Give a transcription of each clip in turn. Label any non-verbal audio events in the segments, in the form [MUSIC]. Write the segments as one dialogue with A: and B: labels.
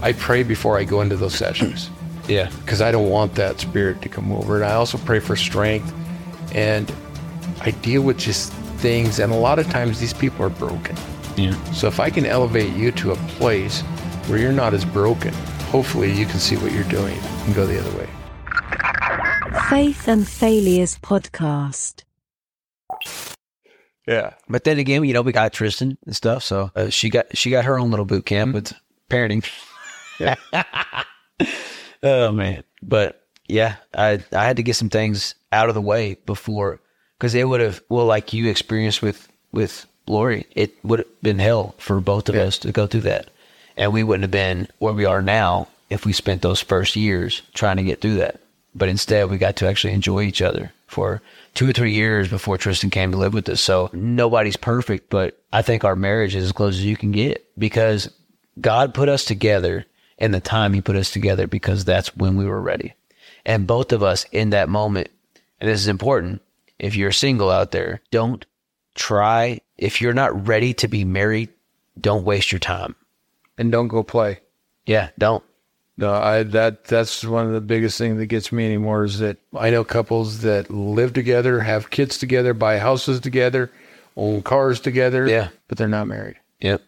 A: I pray before I go into those sessions
B: Yeah.
A: because I don't want that spirit to come over. And I also pray for strength. And I deal with just things. And a lot of times these people are broken.
B: Yeah.
A: So if I can elevate you to a place where you're not as broken, hopefully you can see what you're doing and go the other way.
C: Faith and Failures podcast.
A: Yeah.
B: But then again, you know, we got Tristan and stuff, so uh, she got she got her own little boot camp with parenting. [LAUGHS] oh man, but yeah, I I had to get some things out of the way before because it would have well, like you experienced with with Lori, it would have been hell for both of us to go through that, and we wouldn't have been where we are now if we spent those first years trying to get through that. But instead, we got to actually enjoy each other for two or three years before Tristan came to live with us. So nobody's perfect, but I think our marriage is as close as you can get because God put us together and the time he put us together because that's when we were ready. And both of us in that moment, and this is important, if you're single out there, don't try. If you're not ready to be married, don't waste your time.
A: And don't go play.
B: Yeah, don't.
A: No, I that that's one of the biggest thing that gets me anymore is that I know couples that live together, have kids together, buy houses together, own cars together.
B: Yeah.
A: But they're not married.
B: Yep.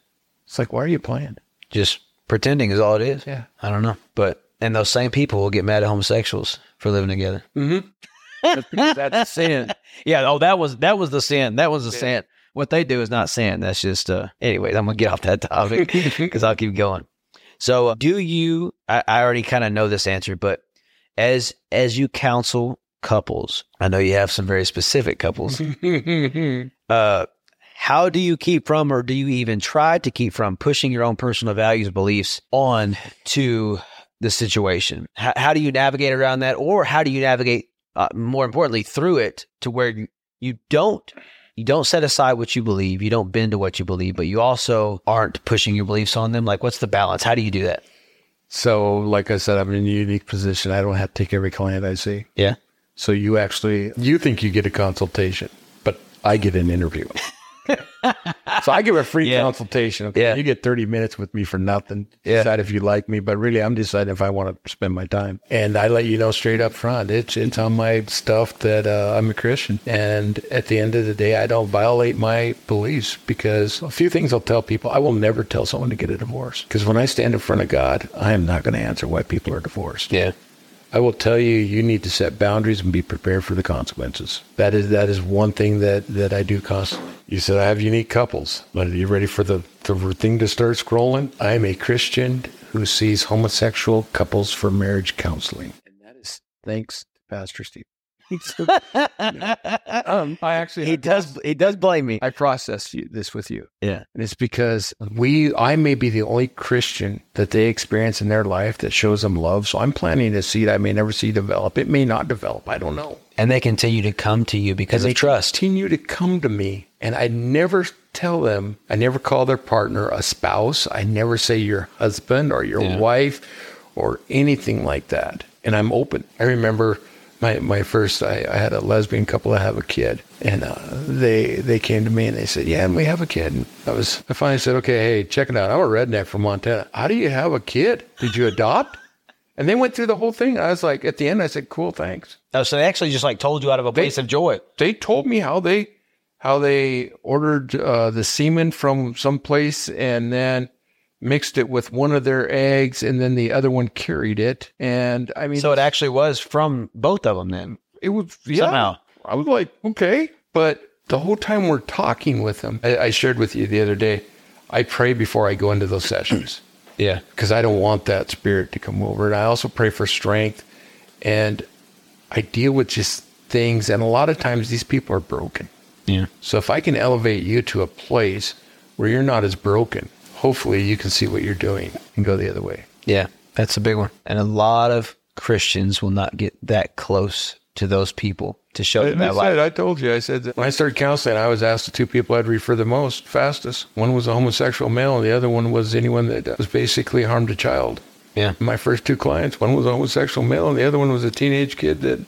A: It's like, why are you playing?
B: Just pretending is all it is.
A: Yeah.
B: I don't know. But, and those same people will get mad at homosexuals for living together.
A: [LAUGHS] That's
B: [LAUGHS]
A: sin.
B: Yeah. Oh, that was that was the sin. That was the sin. What they do is not sin. That's just. uh Anyways, I'm gonna get off that [LAUGHS] topic because I'll keep going. So, uh, do you? I, I already kind of know this answer, but as as you counsel couples, I know you have some very specific couples. uh, how do you keep from, or do you even try to keep from, pushing your own personal values, beliefs on to the situation? How, how do you navigate around that, or how do you navigate uh, more importantly through it to where you, you don't you don't set aside what you believe you don't bend to what you believe but you also aren't pushing your beliefs on them like what's the balance how do you do that
A: So, like I said, I'm in a unique position. I don't have to take every client I see.
B: yeah
A: So you actually you think you get a consultation, but I get an
B: [LAUGHS]
A: interview. so I give a free
B: Yeah.
A: consultation. Okay,
B: Yeah.
A: you get thirty minutes with me for nothing.
B: Yeah.
A: Decide if you like me, but really, I'm deciding if I want to spend my time. And I let you know straight up front. It's it's on my stuff that uh, I'm a Christian, and at the end of the day, I don't violate my beliefs because a few things I'll tell people. I will never tell someone to get a divorce because when I stand in front of God, I am not going to answer why people are divorced.
B: yeah
A: I will tell you, you need to set boundaries and be prepared for the consequences. That is that is one thing that that I do constantly. You said I have unique couples, but are you ready for the the thing to start scrolling? I am a Christian who sees homosexual couples for marriage counseling. And that is thanks to Pastor
B: [LAUGHS]
A: Steve. [LAUGHS] um, I actually
B: he does he does blame me
A: I processed you, this with you.
B: yeah
A: And it's because we, I may be the only Christian that they experience in their life that shows them love. So I'm planting a seed I may never see develop. It may not develop. I don't know.
B: and they continue to come to you because
A: they
B: of trust
A: continue to come to me, and I never tell them. I never call their partner a spouse. I never say your husband or your wife or anything like that. And I'm open. I remember my my first. I, I had a lesbian couple that have a kid, and uh, they they came to me and they said, "Yeah, and we have a kid." And I was. I finally said, "Okay, hey, check it out. I'm a redneck from Montana. How do you have a kid? Did you adopt?" And they went through the whole thing. I was like, at the end, I said, "Cool, thanks."
B: oh so they actually just like told you out of a place of joy
A: they told me how they how they ordered uh, the semen from someplace and then mixed it with one of their eggs and then the other one carried it and i mean
B: so it actually was from both of them then
A: it was yeah.
B: Somehow.
A: I was like, okay, but the whole time we're talking with them, I, I shared with you the other day. I pray before I go into those sessions [CLEARS THROAT]
B: yeah
A: because I don't want that spirit to come over. And I also pray for strength, and I deal with just things. And a lot of times these people are broken.
B: yeah
A: So if I can elevate you to a place where you're not as broken, hopefully you can see what you're doing and go the other way.
B: Yeah, that's a big one. And a lot of Christians will not get that close to those people to show them that light.
A: I told you, I said that when I started counseling, I was asked the two people I'd refer the most, fastest. One was a homosexual male, and the other one was anyone that was basically harmed a child.
B: Yeah.
A: My first two clients, one was a homosexual male, and the other one was a teenage kid that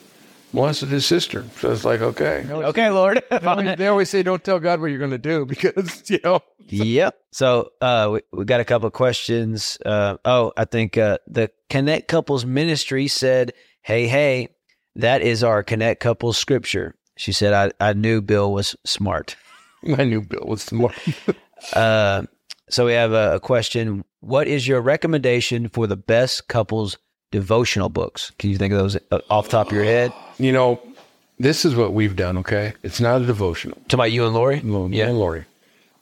A: molested his sister. So it's like, okay.
B: Okay, Lord. [LAUGHS]
A: They always say, don't tell God what you're going to do [LAUGHS] because, you know.
B: yep. So uh, we, we got a couple of questions. Uh, oh, I think uh, the Connect Couples Ministry said, hey, hey, that is our Connect Couples scripture. She said, I, I knew Bill was smart.
A: I knew Bill was smart.
B: Uh, so we have a, a question. What is your recommendation for the best couples devotional books? Can you think of those uh, off the top of your head?
A: you know, this is what we've done, okay? It's not a devotional.
B: To my you and Lori?
A: Lo- me and Lori.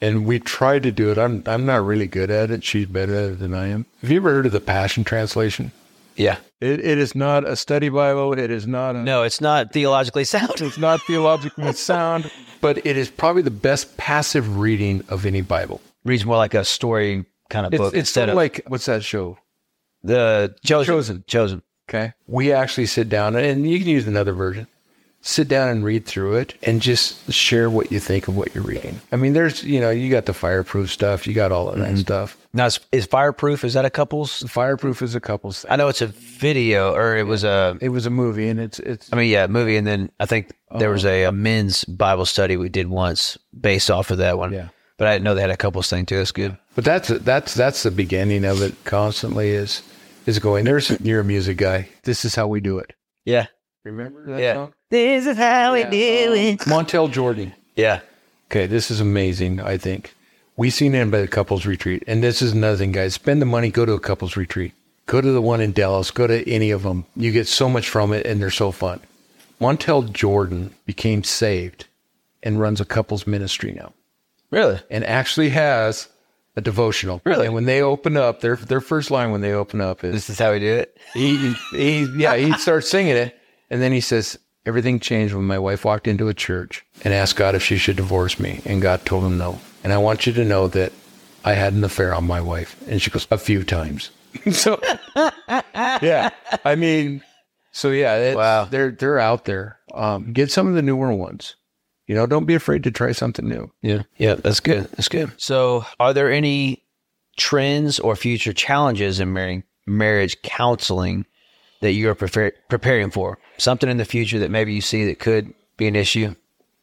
A: And we tried to do it. I'm I'm not really good at it. She's better at it than I am. Have you ever heard of the Passion Translation?
B: Yeah.
A: It, it is not a study Bible. It is not a,
B: No, it's not theologically sound.
A: It's not theologically sound, but it is probably the best passive reading of any Bible.
B: [LAUGHS] Reads more like a story kind of
A: It's,
B: book
A: it's
B: instead
A: sort
B: of
A: of like what's that show?
B: the chosen.
A: Chosen.
B: Chosen.
A: Okay. We actually sit down, and you can use another version. Sit down and read through it and just share what you think of what you're reading. I mean, there's, you know, you got the fireproof stuff, you got all of that stuff.
B: Now, is, is fireproof? Is that a couples?
A: Fireproof is a couple's thing.
B: I know it's a video, or it was a.
A: It was a movie, and it's, it's,
B: I mean, yeah, movie, and then I think there was a, a men's Bible study we did once based off of that one.
A: Yeah.
B: but I didn't know they had a couples thing too. That's good.
A: but that's, that's, that's the beginning of it constantly is, is going, there's, you're a music guy. This is how we do it.
B: Yeah,
A: Remember that
B: yeah.
A: song?
B: This is how we do it.
A: Montel Jordan.
B: Yeah,
A: Okay, this is amazing, I think. We've seen it by the couples retreat. And this is another thing, guys. Spend the money, go to a couples retreat. Go to the one in Dallas, go to any of them. You get so much from it, and they're so fun. Montel Jordan became saved and runs a couples ministry now
B: really.
A: and actually has a devotional.
B: Really?
A: And when they open up, their their first line when they open up is
B: This is how we do it.
A: he, he yeah, he starts singing it. And then he says, Everything changed when my wife walked into a church and asked God if she should divorce me. And God told him no. And I want you to know that I had an affair on my wife. And she goes, A few times. [LAUGHS] so, yeah, I mean, so yeah, it's,
B: Wow.
A: they're, they're out there. Um, get some of the newer ones. You know, don't be afraid to try something new.
B: Yeah, yeah, that's good. That's good. So, are there any trends or future challenges in marrying, marriage counseling that you are prefer- preparing for? Something in the future that maybe you see that could be an issue?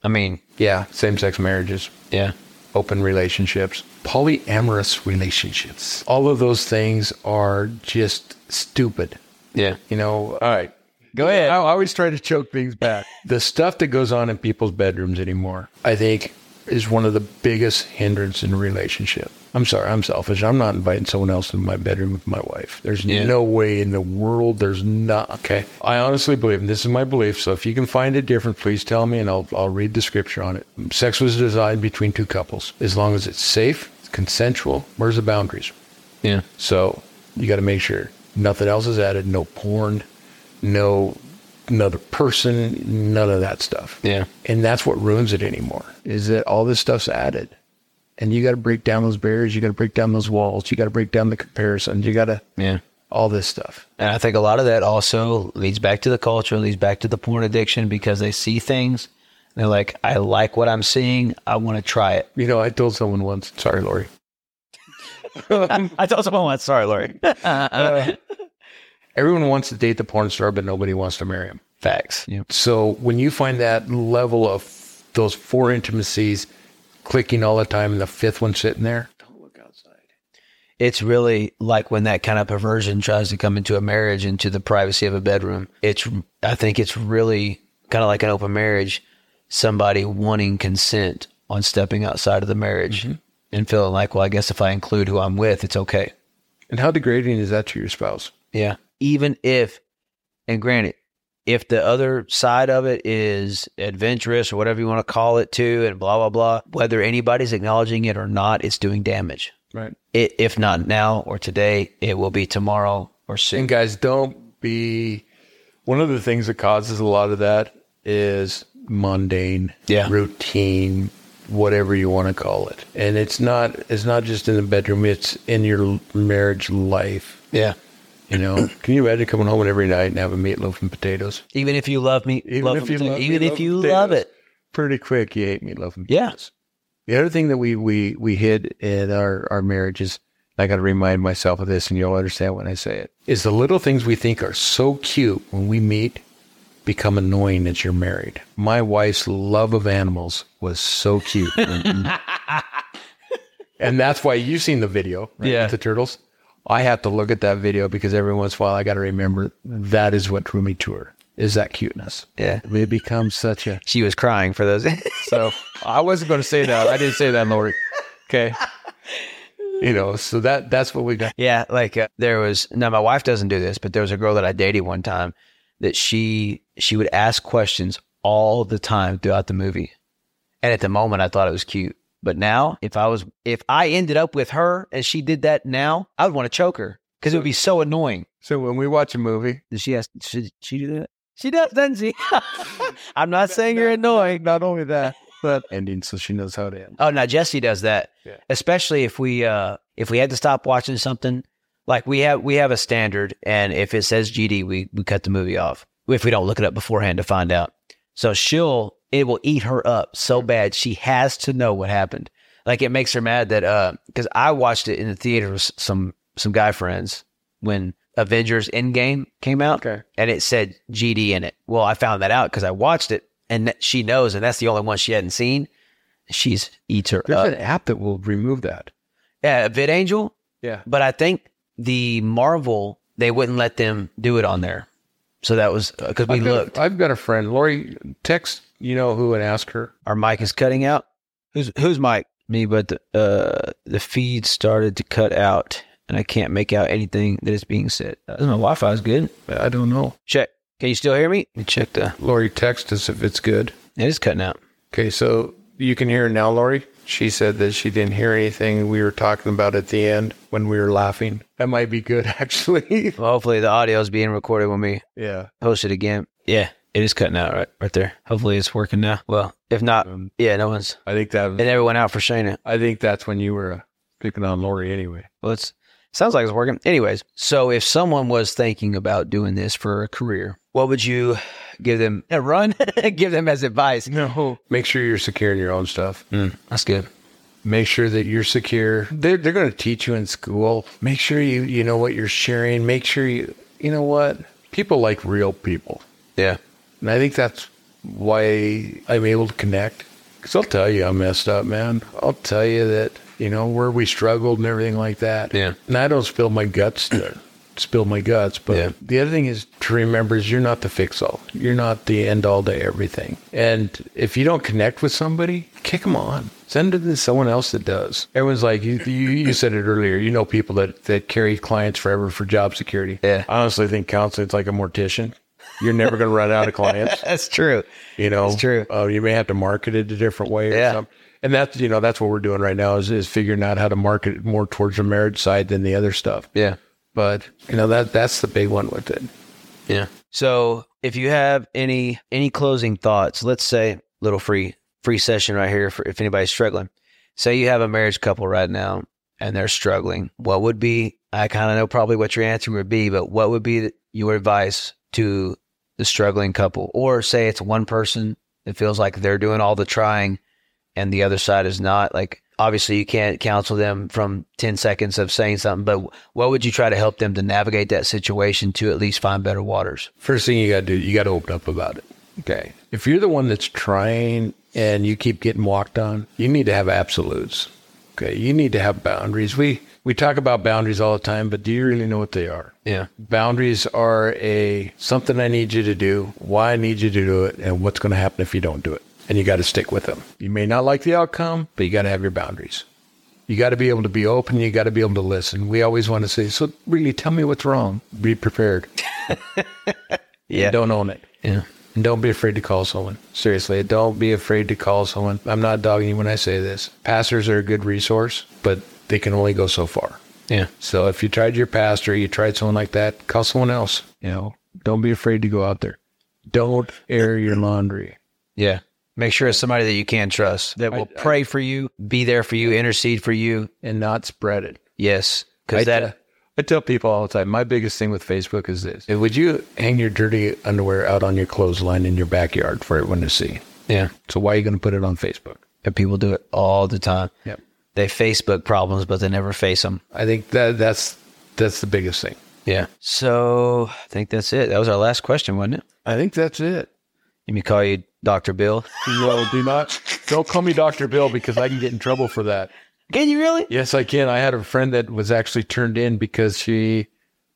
B: I mean,
A: Yeah, same sex marriages.
B: yeah,
A: open relationships, polyamorous relationships. All of those things are just stupid.
B: yeah,
A: You know, all right. Go ahead. I always try to choke things back. the stuff that goes on in people's bedrooms anymore, I think, is one of the biggest hindrance in a relationship. I'm sorry, I'm selfish. I'm not inviting someone else in my bedroom with my wife. There's
B: Yeah.
A: no way in the world. There's not. Okay. I honestly believe, and this is my belief. So if you can find it different, please tell me and I'll, I'll read the scripture on it. Sex was designed between two couples. As long as it's safe, it's consensual, where's the boundaries?
B: yeah,
A: So you got to make sure nothing else is added, no porn, no another person, none of that stuff.
B: Yeah.
A: And that's what ruins it anymore is that all this stuff's added. And you got to break down those barriers, you got to break down those walls, you got to break down the comparisons, you got to
B: yeah.
A: all this stuff.
B: And I think a lot of that also leads back to the culture, leads back to the porn addiction because they see things. and They're like, I like what I'm seeing. I want to try it.
A: You know, I told someone once, sorry, Lori.
B: [LAUGHS] I told someone once, sorry, Lori.
A: Everyone wants to date the porn star, but nobody wants to marry him.
B: [LAUGHS] Facts. Yeah.
A: So when you find that level of those four intimacies clicking all the time and the fifth one sitting there,
B: it's really like when that kind of perversion tries to come into a marriage into the privacy of a bedroom it's i think it's really kind of like an open marriage somebody wanting consent on stepping outside of the marriage and feeling like well i guess if i include who i'm with it's okay
A: And how degrading is that to your spouse?
B: yeah even if and granted if the other side of it is adventurous or whatever you want to call it too and blah blah blah whether anybody's acknowledging it or not it's doing damage
A: Right.
B: it, if not now or today, it will be tomorrow or
A: And
B: soon.
A: guys, don't be. One of the things that causes a lot of that is mundane,
B: Yeah.
A: routine, whatever you want to call it. And it's not. It's not just in the bedroom. It's in your marriage life.
B: Yeah.
A: You know. Can you imagine coming home every night and having meatloaf and potatoes?
B: Even if you love me,
A: Even
B: love
A: if
B: them
A: you
B: too.
A: love me,
B: even if
A: love
B: you
A: potatoes.
B: love it.
A: Pretty quick, you ate meatloaf and
B: Yeah.
A: potatoes. The other thing that we we we hid in our our marriage is I got to remind myself of this, and you'll understand when I say it. Is the little things we think are so cute when we meet become annoying that you're married. My wife's love of animals was so cute.
B: [LAUGHS]
A: and that's why you've seen the video, right?
B: Yeah.
A: with The turtles. I have to look at that video because every once in a while I got to remember that is what drew me to her is that cuteness.
B: Yeah.
A: It becomes such a.
B: She was crying for those.
A: So I wasn't going to say that. I didn't say that, Lori. Okay. [LAUGHS] You know, so that that's what we got.
B: [LAUGHS] Yeah, like uh, there was now my wife doesn't do this, but there was a girl that I dated one time that she she would ask questions all the time throughout the movie. And at the moment I thought it was cute. But now if I was if I ended up with her and she did that now, I would want to choke her cuz it would be so annoying.
A: So when we watch a movie,
B: Does she ask should she do that? She does, doesn't [LAUGHS] she? I'm not saying you're annoying.
A: not only that, but ending, so she knows how to end.
B: Oh, now Jesse does that.
A: Yeah.
B: Especially if we uh if we had to stop watching something, like we have we have a standard, and if it says GD, we we cut the movie off if we don't look it up beforehand to find out. So she'll it will eat her up so bad she has to know what happened. Like it makes her mad that uh because I watched it in the theater with some some guy friends when Avengers Endgame came out
A: Okay.
B: and it said GD in it. Well, I found that out because I watched it and that she knows, and that's the only one she hadn't seen. She's eats her
A: There's
B: up.
A: an app that will remove that.
B: Yeah, VidAngel.
A: Yeah.
B: But I think the Marvel they wouldn't let them do it on there. So that was because we
A: I've got a-
B: looked.
A: I've got a friend, Lori, text you know who and ask her.
B: Our mic is cutting out. Who's who's mic? Me, but the, uh, the feed started to cut out, and I can't make out anything that is being said. Uh, my Wi-Fi is good.
A: I don't know.
B: Check. Can you still hear me? Let me check the.
A: Lori, text us if it's good.
B: It is cutting out.
A: Okay, so you can hear now, Lori. She said that she didn't hear anything we were talking about at the end when we were laughing. That might be good, [LAUGHS] actually.
B: Well, hopefully the audio is being recorded when we
A: yeah.
B: post it again. Yeah, it is cutting out right right there. Hopefully it's working now. Well, if not, yeah, no one's.
A: I think
B: It
A: that
B: never went out for Shayna.
A: I think that's when you were uh, picking on Lori anyway.
B: Well, it's sounds like it's working. Anyways, so if someone was thinking about doing this for a career, what would you give them [LAUGHS] a run? give them as advice. Hmm,
A: No. Make sure you're securing your own stuff.
B: That's good.
A: Make sure that you're secure. They're, they're going to teach you in school. Make sure you, you know what you're sharing. Make sure you, you know what? People like real people.
B: Yeah.
A: And I think that's why I'm able to connect. Because I'll tell you, I messed up, man. I'll tell you that, you know, where we struggled and everything like that.
B: Yeah.
A: And I don't spill my guts to [CLEARS THROAT] spill my guts. But
B: Yeah.
A: the other thing is to remember is you're not the fix all. You're not the end all to everything. And if you don't connect with somebody, kick them on. Send it to someone else that does. Everyone's like, you, you, you said it earlier. You know, people that, that carry clients forever for job security.
B: Yeah.
A: I honestly think counseling's like a mortician. You're never going to run out of clients.
B: That's true.
A: You know,
B: That's true.
A: Uh, you may have to market it a different way.
B: Yeah.
A: Or something. And that's you know that's what we're doing right now is, is figuring out how to market it more towards the marriage side than the other stuff.
B: Yeah.
A: But you know that that's the big one with it.
B: Yeah. So if you have any any closing thoughts, let's say little free free session right here for if anybody's struggling. Say you have a marriage couple right now and they're struggling. What would be I kind of know probably what your answer would be, but what would be your advice to the struggling couple? Or say it's one person that feels like they're doing all the trying and the other side is not like obviously you can't counsel them from 10 seconds of saying something but what would you try to help them to navigate that situation to at least find better waters
A: First thing you got to do, you got to open up about it. Okay. If you're the one that's trying and you keep getting walked on, you need to have absolutes. Okay. You need to have boundaries. We we talk about boundaries all the time, but do you really know what they are?
B: yeah
A: Boundaries are a something I need you to do, why I need you to do it, and what's going to happen if you don't do it. And you got to stick with them. You may not like the outcome, but you got to have your boundaries. You got to be able to be open. You got to be able to listen. We always want to say, "So, really, tell me what's wrong." Be prepared.
B: yeah
A: And don't own it.
B: yeah
A: And don't be afraid to call someone. Seriously, don't be afraid to call someone. I'm not dogging you when I say this. Pastors are a good resource, but they can only go so far.
B: yeah
A: So if you tried your pastor, you tried someone like that, call someone else. You know, don't be afraid to go out there. Don't air your laundry.
B: yeah make sure it's somebody that you can trust that will pray for you be there for you intercede for you
A: and not spread it.
B: yes
A: I
B: because that
A: te- I tell people all the time, my biggest thing with Facebook is this. Would you hang your dirty underwear out on your clothesline in your backyard for everyone to see?
B: yeah
A: So why are you going to put it on Facebook?
B: and people do it all the time
A: Yep.
B: they facebook problems but they never face them
A: I think that that's that's the biggest thing.
B: Yeah. So I think that's it. That was our last question, wasn't it?
A: I think that's it.
B: Let me call you Dr. Bill. [LAUGHS]
A: No, do not. Don't call me Dr. Bill because I can get in trouble for that.
B: Can you really?
A: Yes, I can. I had a friend that was actually turned in because she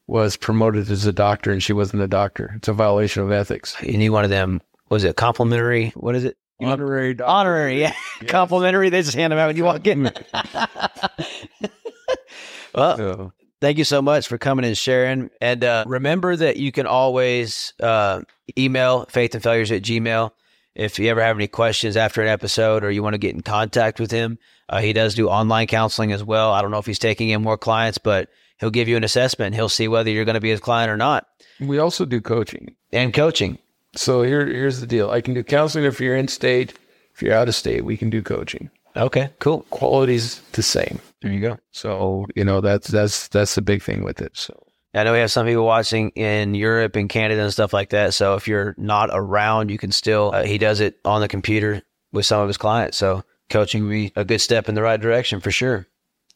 A: was promoted as a doctor and she wasn't a doctor. It's a violation of ethics.
B: And you wanted them, what is it, complimentary? What is it?
A: Honorary doctor.
B: Honorary, yeah. Complimentary. They just hand them out when you walk in. [LAUGHS] well,
A: So,
B: thank you so much for coming and sharing. And uh, remember that you can always uh, email faithandfailures at gmail if you ever have any questions after an episode or you want to get in contact with him. Uh, he does do online counseling as well. I don't know if he's taking in more clients, but he'll give you an assessment. He'll see whether you're going to be his client or not.
A: we also do coaching.
B: And coaching.
A: So here, here's the deal. I can do counseling if you're in state. If you're out of state, we can do coaching.
B: Okay, cool.
A: Quality's the same.
B: There you go.
A: So you know that's that's that's the big thing with it. So
B: I know we have some people watching in Europe and Canada and stuff like that. So if you're not around, you can still, uh, he does it on the computer with some of his clients. So coaching would be a good step in the right direction for sure.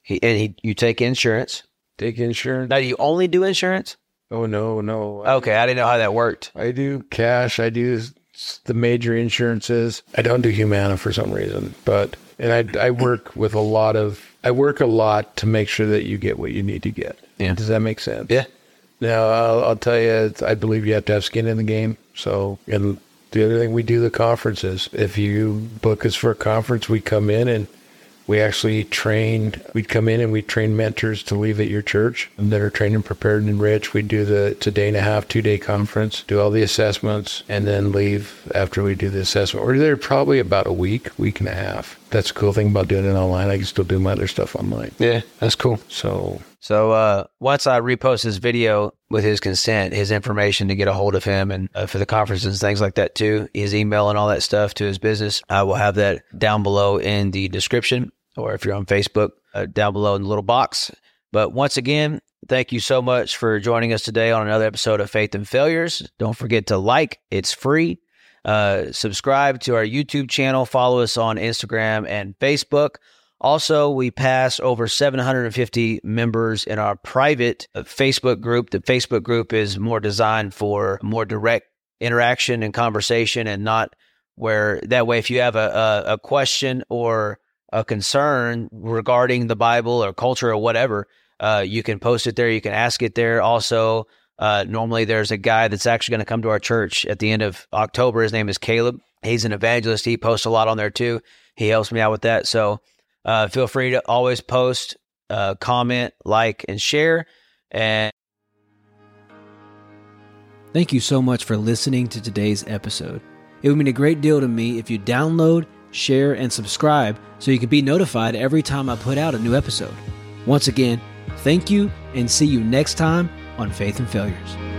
B: He, and he, you take insurance.
A: take insurance.
B: Now, do you only do insurance?
A: Oh no, no.
B: Okay. I didn't know how that worked.
A: I do cash. I do s- the major insurances. I don't do Humana for some reason, but and I I work with a lot of I work a lot to make sure that you get what you need to get.
B: Yeah.
A: Does that make sense?
B: Yeah.
A: Now I'll, I'll tell you, it's- I believe you have to have skin in the game. So and the other thing we do the conferences. If you book us for a conference, we come in and. We actually train, we'd come in and we train mentors to leave at your church that are trained and prepared and rich. We'd do the, it's a day and a half, two day conference, do all the assessments, and then leave after we do the assessment. We're there probably about a week, week and a half. That's the cool thing about doing it online. I can still do my other stuff online.
B: Yeah. That's cool.
A: So
B: So uh, once I repost his video with his consent, his information to get a hold of him and uh, for the conferences, things like that too, his email and all that stuff to his business, I will have that down below in the description or if you're on Facebook, uh, down below in the little box. But once again, thank you so much for joining us today on another episode of Faith and Failures. Don't forget to like, it's free. Uh, subscribe to our YouTube channel, follow us on Instagram and Facebook. Also, we pass over 750 members in our private uh, Facebook group. The Facebook group is more designed for more direct interaction and conversation and not where that way if you have a, a, a question or a concern regarding the Bible or culture or whatever, uh, you can post it there. You can ask it there. Also, uh, normally there's a guy that's actually going to come to our church at the end of October. His name is Caleb. He's an evangelist. He posts a lot on there too. He helps me out with that. So uh, feel free to always post, uh, comment, like, and share. And
D: Thank you so much for listening to today's episode. It would mean a great deal to me if you download, share, and subscribe so you can be notified every time I put out a new episode. Once again, thank you and see you next time on Faith and Failures.